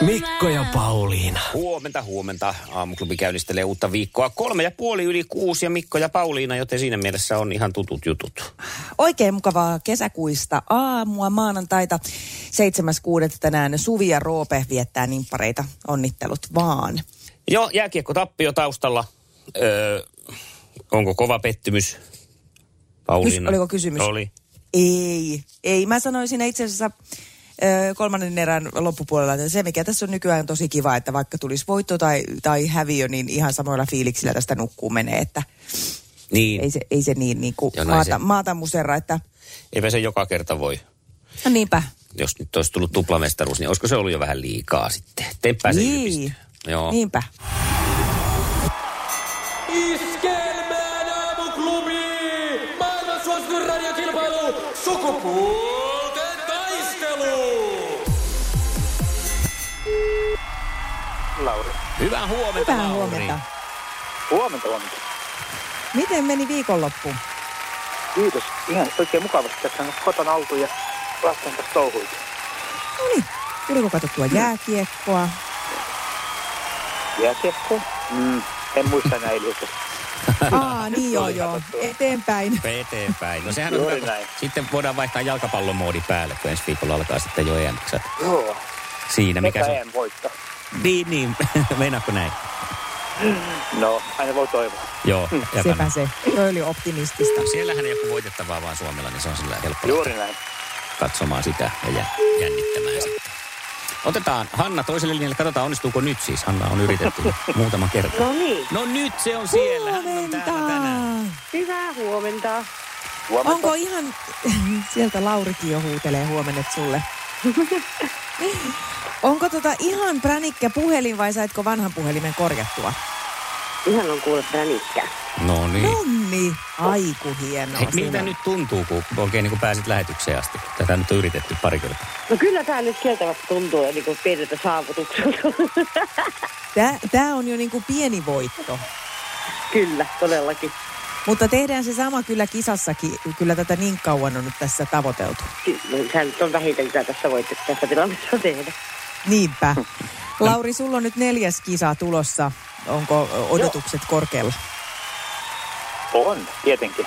Mikko ja Pauliina. Huomenta, huomenta. Aamuklubi käynnistelee uutta viikkoa. Kolme ja puoli yli kuusi ja Mikko ja Pauliina, joten siinä mielessä on ihan tutut jutut. Oikein mukavaa kesäkuista aamua maanantaita 7.6. tänään Suvi ja Roope viettää nimppareita. Onnittelut vaan. Joo, jääkiekko tappio taustalla. Öö, onko kova pettymys? Pauliina. Kys- oliko kysymys? Oli. Ei, ei. Mä sanoisin itse asiassa ö, kolmannen erän loppupuolella, että se mikä tässä on nykyään tosi kiva, että vaikka tulisi voitto tai, tai häviö, niin ihan samoilla fiiliksillä tästä nukkuu menee, että Niin, ei se, ei se niin, niin kuin Ja näin se- maata, maata muserra, että eipä se joka kerta voi. no niinpä. Jos nyt olisi tullut tuplamestaruus, niin olisiko se ollut jo vähän liikaa sitten? Temppää se niin, ylipistö. Joo. niinpä. Iskelmään aamuklubi! Maailman suosituin radiokilpailu! Sukupuolten taistelu! Lauri. Hyvää huomenta, Hyvää Lauri. huomenta. Huomenta, huomenta. Miten meni viikonloppu? No Kiitos. Ihan oikein mukavasti tässä on kotona oltu ja lasten kanssa touhuit. No niin, tuliko Mm. katsottua jääkiekkoa? Jääkiekko? Mm. En muista näin lyhyesti. Aa, niin joo, joo. Eteenpäin. Eteenpäin. No sehän on Juuri hyvä. näin. kun- Sitten voidaan vaihtaa jalkapallon moodi päälle, kun ensi viikolla alkaa sitten jo em Joo. Siinä, mikä Mikä se on. en voitto. Niin, niin. Meinaatko näin? No, aina voi toivoa. Joo. jätän. Sepä se. Toi oli optimistista. Hmm. Siellähän ei ole kuin voitettavaa vaan Suomella, niin se on sillä helppo Juuri näin. lähteä katsomaan sitä ja jä- jännittämään sitten. Otetaan Hanna toiselle linjalle. Katsotaan, onnistuuko nyt siis. Hanna on yritetty jo muutama kerta. No niin, No nyt se on siellä. Hän on Huomenta! täällä tänään. hyvää huomenta. Huomenta. Onko ihan... Sieltä Laurikin jo huutelee huomenet sulle. Onko tota ihan pränikkä puhelin vai saitko vanhan puhelimen korjattua? Ihan on kuule pränikkä. No niin. Nonni, aiku hienoa. Hei, miltä sinä. nyt tuntuu, kun oikein niin kuin pääsit lähetykseen asti? Tätä nyt on yritetty pari kertaa. No kyllä tää nyt kieltämättä tuntuu niin kuin pieneltä saavutukselta. Tää, tää on jo niinku pieni voitto. kyllä, todellakin. Mutta tehdään se sama kyllä kisassakin. Kyllä tätä niin kauan on nyt tässä tavoiteltu. Kyllä, sehän nyt on vähiten, mitä tässä voit tässä tilanteessa tehdä. Niinpä. Lauri, sulla on nyt neljäs kisa tulossa. Onko ö, odotukset korkealla? On, tietenkin.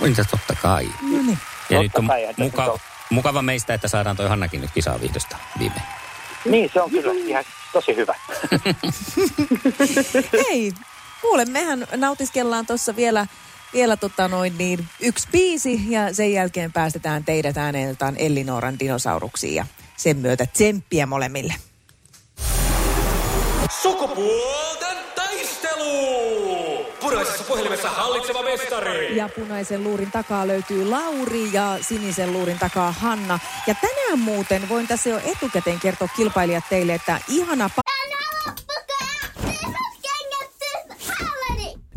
Mitä niin, totta kai. No niin. Totta Ja nyt on kai, että nyt muka, on. mukava meistä, että saadaan toi Hannakin nyt kisaa vihdosta viimein. Niin, se on kyllä ihan tosi hyvä. Hei, kuule, mehän nautiskellaan tuossa vielä, vielä tota noin niin, yksi biisi ja sen jälkeen päästetään teidät ääneltään Ellinoran dinosauruksiin ja sen myötä tsemppiä molemmille. Sukupuolten taistelu! Punaisessa puhelimessa hallitseva mestari. Ja punaisen luurin takaa löytyy Lauri ja sinisen luurin takaa Hanna. Ja tänään muuten voin tässä jo etukäteen kertoa kilpailijat teille, että ihana pa-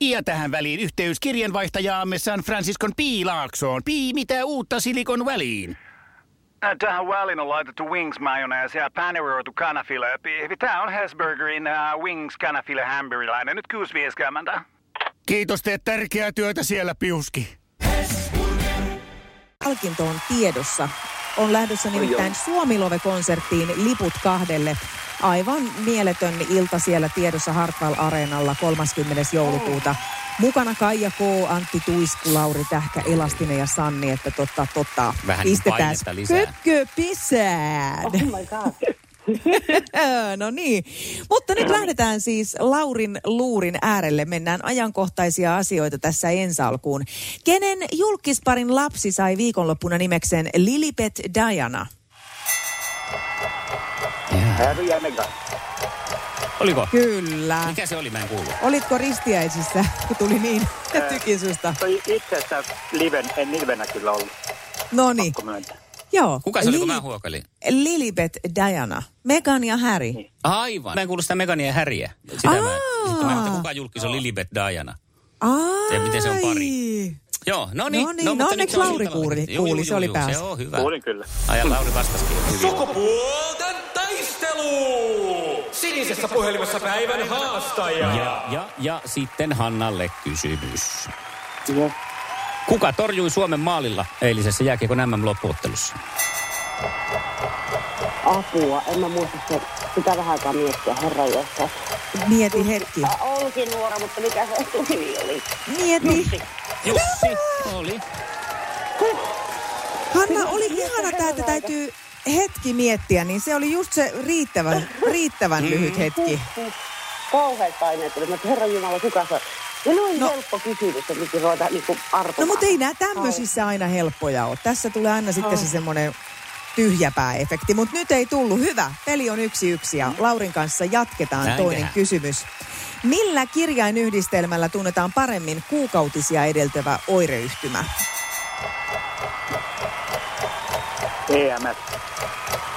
Ja tähän väliin yhteys kirjanvaihtajaamme San Franciscon P. Laaksoon. Pii, mitä uutta Silikon väliin? Ä, Äh, Tähän väliin on laitettu wings mayonnaise ja paneroitu kanafila. Tämä on Hesburgerin uh, wings kanafila hamburilainen. Nyt 6.50. Kiitos, teet tärkeää työtä siellä, Piuski. Palkinto on tiedossa. On lähdössä nimittäin Suomilove-konserttiin liput kahdelle. Aivan mieletön ilta siellä tiedossa Hartwall Areenalla 30. joulukuuta. Mukana Kaija K, Antti Tuisku, Lauri Tähkä, Elastinen ja Sanni, että totta, totta. Vähän pistetään painetta lisää. Kökkö pisään. Oh my god. no niin. Mutta nyt lähdetään siis Laurin luurin äärelle. Mennään ajankohtaisia asioita tässä ensi alkuun. Kenen julkisparin lapsi sai viikonloppuna nimekseen Lilibet Diana? Harry ja Meghan. Oliko? Kyllä. Mikä se oli? Mä en kuullut. Olitko ristiäisissä, kun tuli niin tykisusta? Se oli itse asiassa liven, en livenä kyllä ollut, No niin, kun myöntää. joo. Kuka se oli, kun Lili- mä huokailin? Niin. Lilibet Diana, Megan ja Harry. Aivan. Mä en kuullut sitä Megania ja Häriä. Sitä mä, Aa. sitten mä että kuka julkis on Lilibet Diana. Ai. Ja miten se on pari? Joo, no niin. No niin, no mutta nyt onneksi se on Lauri sillä lailla. kuuli- Juu, kuuli, juu, se oli juu, päässä. Se on hyvä. Kuulin kyllä. Ajan Lauri vastasikin hyvin. Sukupuolten taistelu! Sinisessä puhelimessa päivän haastaja. Ja, ja, ja sitten Hannalle kysymys. Kuka torjui Suomen maalilla eilisessä jääkiekon MM-loppuottelussa? Apua, en mä muista se. Pitää vähän aikaa miettiä, herra jossa. Mieti hetki. Ollutkin nuora, mutta mikä se nimi oli? Niin. Mieti. Jussi oli. Hanna, oli ihana tämä, että täytyy hetki miettiä, niin se oli just se riittävän, riittävän Mm. lyhyt hetki. Kauheat paineet tuli, mutta herra Jumala, kuka se on? Ja noin No. helppo kysymys, että miten voidaan niinku No arpomaan. mutta ei nämä tämmöisissä aina helppoja ole. Tässä tulee aina sitten se semmoinen tyhjäpääefekti, mutta nyt ei tullut. Hyvä, peli on yksi yksi ja Laurin kanssa jatketaan Näin toinen tehdään. kysymys. Millä kirjainyhdistelmällä tunnetaan paremmin kuukautisia edeltävä oireyhtymä? EMS.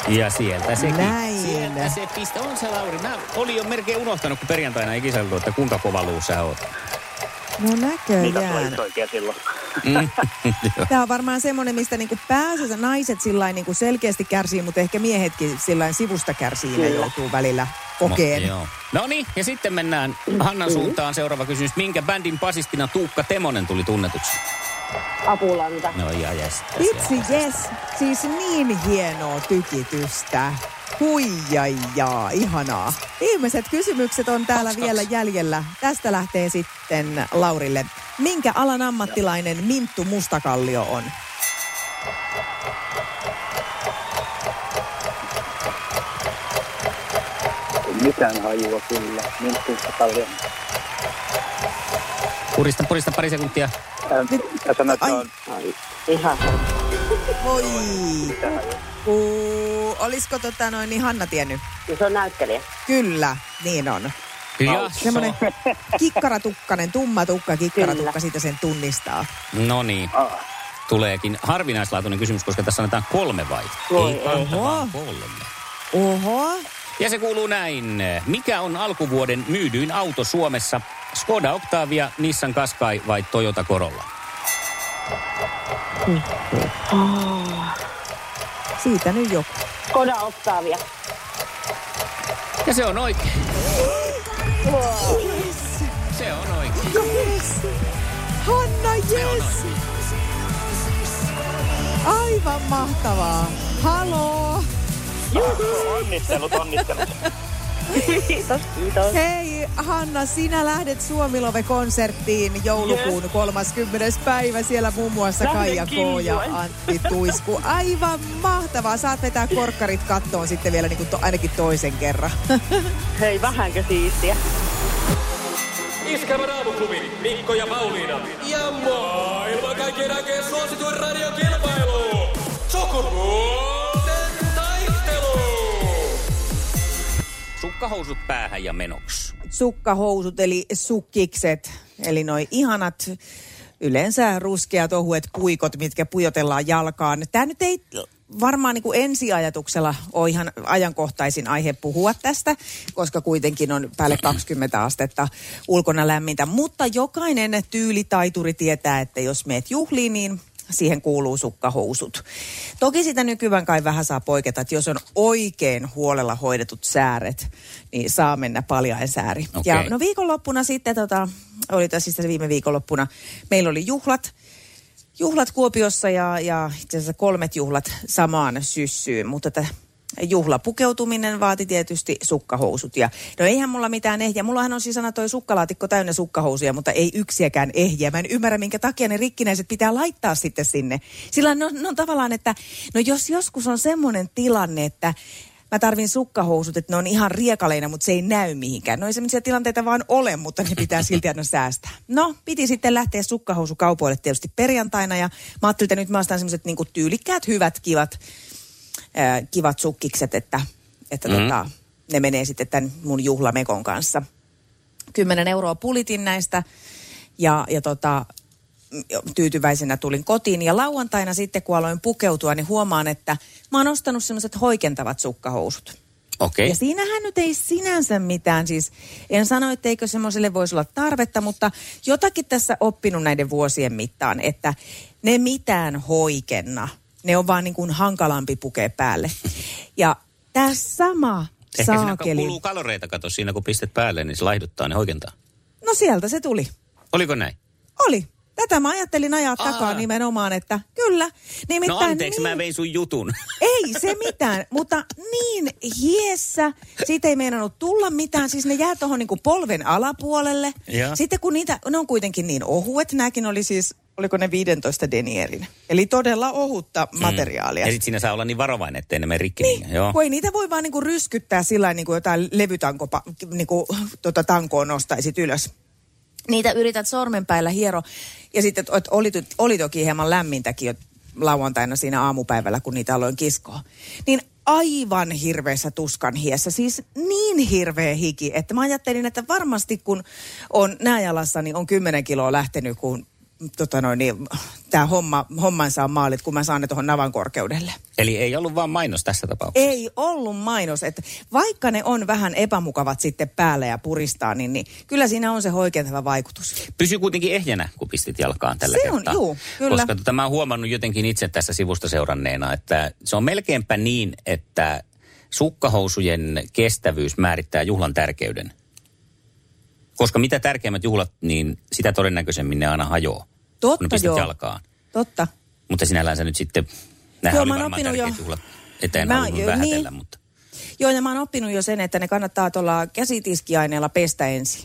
Ja sieltä sekin. Näin. Sieltä se piste. On se Lauri. Mä olin jo melkein unohtanut, kun perjantaina ei kiseltu, että kuinka kova luu sä oot. No Niitä näköjään. tuli oikein silloin. Tämä on varmaan semmoinen, mistä niinku pääsensä naiset sillain niinku selkeästi kärsii, mutta ehkä miehetkin sillain sivusta kärsii ja joutuu välillä kokeen. Mm. Mo- joo. No niin, ja sitten mennään Hannan suuntaan. Seuraava kysymys. Minkä bändin basistina Tuukka Temonen tuli tunnetuksi? Apulanta. No ja jes. jes, Vitsi, jes. yes. Siis niin hienoa tykitystä. Huijaijaa, ihanaa. Viimeiset kysymykset on täällä Kaksi, vielä kaksi. jäljellä. Tästä lähtee sitten Laurille. Minkä alan ammattilainen Minttu Mustakallio on? Mitään hajua kyllä. Minttuista paljon. Purista, purista pari sekuntia. Ää, Mä sanoin, että Ai. on Ai, ihan herra. Voi kukku. Olisiko tota noin, niin Hanna tiennyt? Ja se on näyttelijä. Kyllä, niin on. Ja Semmoinen kikkaratukkanen, tumma tukka, kikkaratukka, Kyllä. siitä sen tunnistaa. No niin. Aa. Tuleekin harvinaislaatuinen kysymys, koska tässä annetaan kolme vai? Voi ei kahta, oho. vaan kolme. Oho, Ja se kuuluu näin. Mikä on alkuvuoden myydyin auto Suomessa? Skoda Octavia, Nissan Qashqai vai Toyota Corolla? siitä nyt joku. Koda Octavia. Ja se on oikein. Se on oikein. No Yes! Hanna, yes! Aivan mahtavaa. Haloo. onnittelut, onnittelut. Kiitos, kiitos. Hei Hanna, sinä lähdet Suomilove-konserttiin joulukuun 30. päivä. Siellä muun muassa Lähden Kaija K. ja kiljuin. Antti Tuisku. Aivan mahtavaa. Saat vetää korkkarit kattoon sitten vielä niin kuin to, ainakin toisen kerran. Hei, vähänkö siistiä? Iskelmän aamuklubi, Mikko ja Pauliina. Ja maailman kaikkien aikeen suosituen radiokilpailu. Sukupuolten taistelu! Sukkahousut päähän ja menoksi. Sukkahousut eli sukkikset, eli noi ihanat yleensä ruskeat ohuet puikot, mitkä pujotellaan jalkaan. Tämä nyt ei varmaan niin kuin ensiajatuksella ole ihan ajankohtaisin aihe puhua tästä, koska kuitenkin on päälle 20 astetta ulkona lämmintä. Mutta jokainen tyylitaituri tietää, että jos meet juhliin, niin siihen kuuluu sukkahousut. Toki sitä nykyään kai vähän saa poiketa, että jos on oikein huolella hoidetut sääret, niin saa mennä paljain sääri. Okei. Ja no viikonloppuna sitten, tota, oli tässä siis viime viikonloppuna, meillä oli juhlat. Juhlat Kuopiossa ja, ja itse asiassa kolmet juhlat samaan syssyyn, mutta tämä juhlapukeutuminen vaati tietysti sukkahousut. Ja, no eihän mulla mitään ehjä. Mullahan on siis aina toi sukkalaatikko täynnä sukkahousuja, mutta ei yksiäkään ehjä. Mä en ymmärrä, minkä takia ne rikkinäiset pitää laittaa sitten sinne. Sillä ne on, ne on tavallaan, että no jos joskus on semmoinen tilanne, että mä tarvin sukkahousut, että ne on ihan riekaleina, mutta se ei näy mihinkään. No ei sellaisia tilanteita vaan ole, mutta ne pitää silti aina säästää. No, piti sitten lähteä sukkahousukaupoille tietysti perjantaina ja mä ajattelin, että nyt mä ostan semmoiset niinku tyylikkäät, hyvät, kivat, äh, kivat sukkikset, että, että mm. tota, ne menee sitten tämän mun juhlamekon kanssa. 10 euroa pulitin näistä ja, ja tota, tyytyväisenä tulin kotiin. Ja lauantaina sitten, kun aloin pukeutua, niin huomaan, että mä oon ostanut semmoiset hoikentavat sukkahousut. Okei. Ja siinähän nyt ei sinänsä mitään, siis en sano, etteikö semmoiselle voisi olla tarvetta, mutta jotakin tässä oppinut näiden vuosien mittaan, että ne mitään hoikenna. Ne on vaan niin kuin hankalampi pukea päälle. Ja tässä sama Ehkä siinä saakeli. kuluu kaloreita, kato siinä kun pistät päälle, niin se laihduttaa ne hoikentaa. No sieltä se tuli. Oliko näin? Oli. Tätä mä ajattelin ajaa Aa. takaa nimenomaan, että kyllä. No Nimittäin anteeksi, niin, mä vein sun jutun. Ei se mitään, mutta niin hiessä, siitä ei meinannut tulla mitään. Siis ne jää tuohon niinku polven alapuolelle. Ja. Sitten kun niitä, ne on kuitenkin niin ohuet, nämäkin oli siis, oliko ne 15 denierin. Eli todella ohutta materiaalia. Ja sit siinä saa olla niin varovainen, ettei ne mene rikki. Niin. Joo. Kun ei niitä voi vaan niinku ryskyttää sillä lailla, niinku jotain levytanko, niinku, tota, tankoon nostaisit ylös. Niitä yrität sormenpäillä hiero. Ja sitten et oli, ty- oli toki hieman lämmintäkin jo lauantaina siinä aamupäivällä, kun niitä aloin kiskoa. Niin aivan hirveässä tuskan hiessä. Siis niin hirveä hiki, että mä ajattelin, että varmasti kun on nää jalassa, niin on 10 kiloa lähtenyt, kun tota noin, niin, tämä homma, hommansa on maalit, kun mä saan ne tuohon navan korkeudelle. Eli ei ollut vaan mainos tässä tapauksessa. Ei ollut mainos. Että vaikka ne on vähän epämukavat sitten päällä ja puristaa, niin, niin kyllä siinä on se hoikentava vaikutus. Pysy kuitenkin ehjänä, kun pistit jalkaan tällä Se on, kertaa. juu, kyllä. Koska tota, mä oon huomannut jotenkin itse tässä sivusta seuranneena, että se on melkeinpä niin, että sukkahousujen kestävyys määrittää juhlan tärkeyden. Koska mitä tärkeimmät juhlat, niin sitä todennäköisemmin ne aina hajoaa. kun ne Totta pistät joo. jalkaan. Totta. Mutta sinällään se nyt sitten, nämä Joo, oli mä oon varmaan oppinut tärkeät jo. juhlat, että en Mä- halunnut jo, vähätellä, niin. mutta Joo, ja mä oon oppinut jo sen, että ne kannattaa tuolla käsitiskiaineella pestä ensin.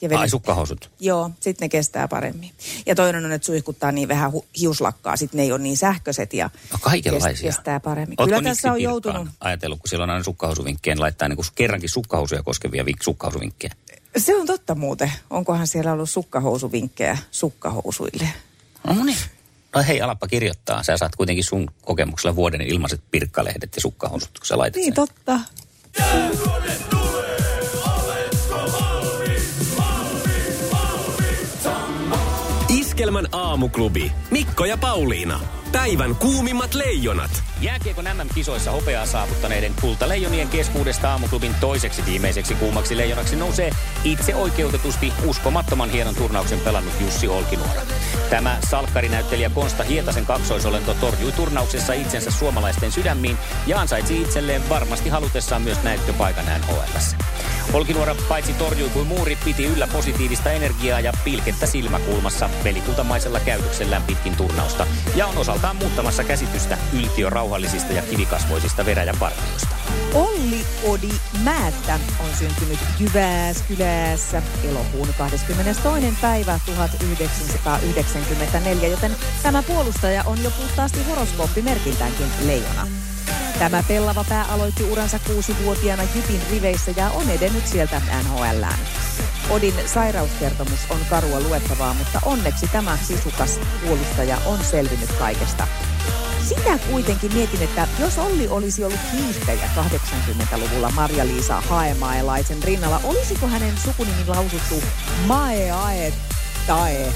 Ja ai vedet- sukkahousut. Joo, sitten ne kestää paremmin. Ja toinen on, että suihkuttaa niin vähän hu- hiuslakkaa, sitten ne ei ole niin sähköiset ja No kaikenlaisia. kes- kestää paremmin. Ootko Kyllä tässä on Niksi Pirkkaan joutunut. Ajatellut, kun siellä on aina sukkahousuvinkkejä, laittaa niin kuin kerrankin sukkahousuja koskevia vink- sukkahousuvinkkejä. Se on totta muuten. Onkohan siellä ollut sukkahousuvinkkejä sukkahousuille? No niin. No hei, alappa kirjoittaa. Sä saat kuitenkin sun kokemuksella vuoden ilmaiset pirkkalehdet ja sukkahousut, kun sä laitat Niin sen. totta. Iskelmän aamuklubi. Mikko ja Pauliina. Päivän kuumimmat leijonat. Jääkiekon MM-kisoissa hopeaa saavuttaneiden kultaleijonien keskuudesta aamuklubin toiseksi viimeiseksi kuumaksi leijonaksi nousee itse oikeutetusti uskomattoman hienon turnauksen pelannut Jussi Olkinuora. Tämä salkkarinäyttelijä Konsta Hietasen kaksoisolento torjui turnauksessa itsensä suomalaisten sydämiin ja ansaitsi itselleen varmasti halutessaan myös näyttöpaikan NHLssä. Olkinuora paitsi torjui kuin muurit piti yllä positiivista energiaa ja pilkettä silmäkulmassa pelikultamaisella käytöksellään pitkin turnausta ja on osaltaan muuttamassa käsitystä yltiörauhallisista ja kivikasvoisista veräjäpartioista. Olli Odi Määttä on syntynyt Jyväskylässä elokuun 22. päivä 1994, joten tämä puolustaja on jo puhtaasti horoskooppimerkintäänkin leijona. Tämä pellava pää aloitti uransa kuusivuotiaana Jypin riveissä ja on edennyt sieltä NHLään. Odin sairauskertomus on karua luettavaa, mutta onneksi tämä sisukas puolustaja on selvinnyt kaikesta. Sitä kuitenkin mietin, että jos Olli olisi ollut hiihtäjä 80-luvulla Marja-Liisa Haemaelaisen rinnalla, olisiko hänen sukunimin lausuttu Maeae Tae?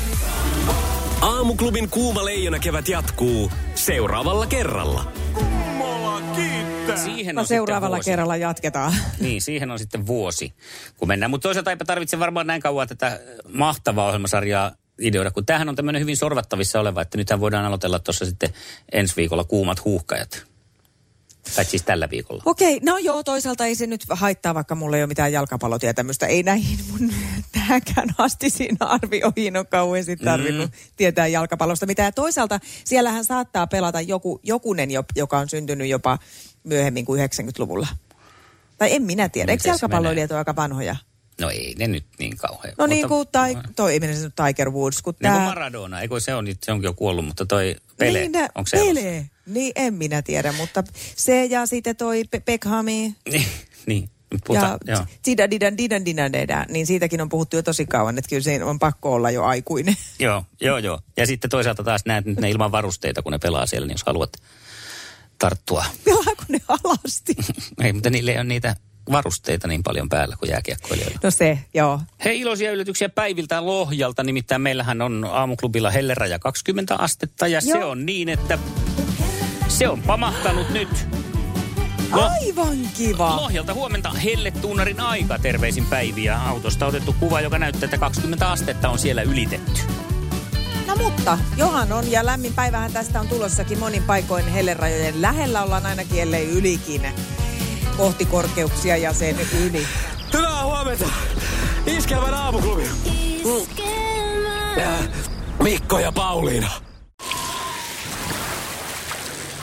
Aamuklubin kuuma leijona kevät jatkuu seuraavalla kerralla. Kummola kiittää. Siihen No on sitten seuraavalla vuosi. kerralla jatketaan. Niin, siihen on sitten vuosi, kun mennään. Mutta toisaalta eipä tarvitse varmaan näin kauan tätä mahtavaa ohjelmasarjaa ideoida, kun tämähän on tämmöinen hyvin sorvattavissa oleva, että nythän voidaan aloitella tuossa sitten ensi viikolla kuumat huuhkajat. Tai siis tällä viikolla. Okei, no joo, toisaalta ei se nyt haittaa, vaikka mulla ei ole mitään jalkapallotietämystä. Ei näihin mun tähänkään asti siinä arvioihin on kauheasti tarvinnut mm. tietää jalkapallosta mitään. Ja toisaalta siellähän saattaa pelata joku, jokunen, jo- joka on syntynyt jopa myöhemmin kuin 90-luvulla. Tai en minä tiedä. Miten Eikö se jalkapalloilijat ole aika vanhoja? No ei ne nyt niin kauhean. No niin kuin tai, Niin toi, ei mennä se nyt Tiger Woods, kun kuin tää... Maradona, eikö se on, nyt- se onkin jo kuollut, mutta toi Pele, Niin, nä- onko se elossa? Pele. Niin en minä tiedä, mutta se ja sitten toi Pe- Beckhami niin. ja Puhutaan, joo. didan didan didan didan dedä, niin siitäkin on puhuttu jo tosi kauan, että kyllä siinä on pakko olla jo aikuinen. Joo, joo, joo. Ja sitten toisaalta taas näet nyt ne ilman varusteita, kun ne pelaa siellä, niin jos haluat tarttua. Pelaako ne alasti? Ei, mutta niillä ei ole niitä varusteita niin paljon päällä kuin jääkiekkoilijoilla. No se, joo. Hei, iloisia yllätyksiä päiviltä Lohjalta. Nimittäin meillähän on aamuklubilla helleraja 20 astetta ja Joo. se Joo. on niin, että se on pamahtanut nyt. Lo- Aivan kiva. Lohjalta huomenta helletuunarin aika. Terveisin päiviä. Autosta otettu kuva, joka näyttää, että 20 astetta on siellä ylitetty. No mutta, johan on ja lämmin päivähän tästä on tulossakin monin paikoin hellerajojen lähellä. Ollaan ainakin ellei ylikin kohti korkeuksia ja sen yli. Hyvää huomenta. Iskelmän aamuklubi. Äh, Mikko ja Pauliina.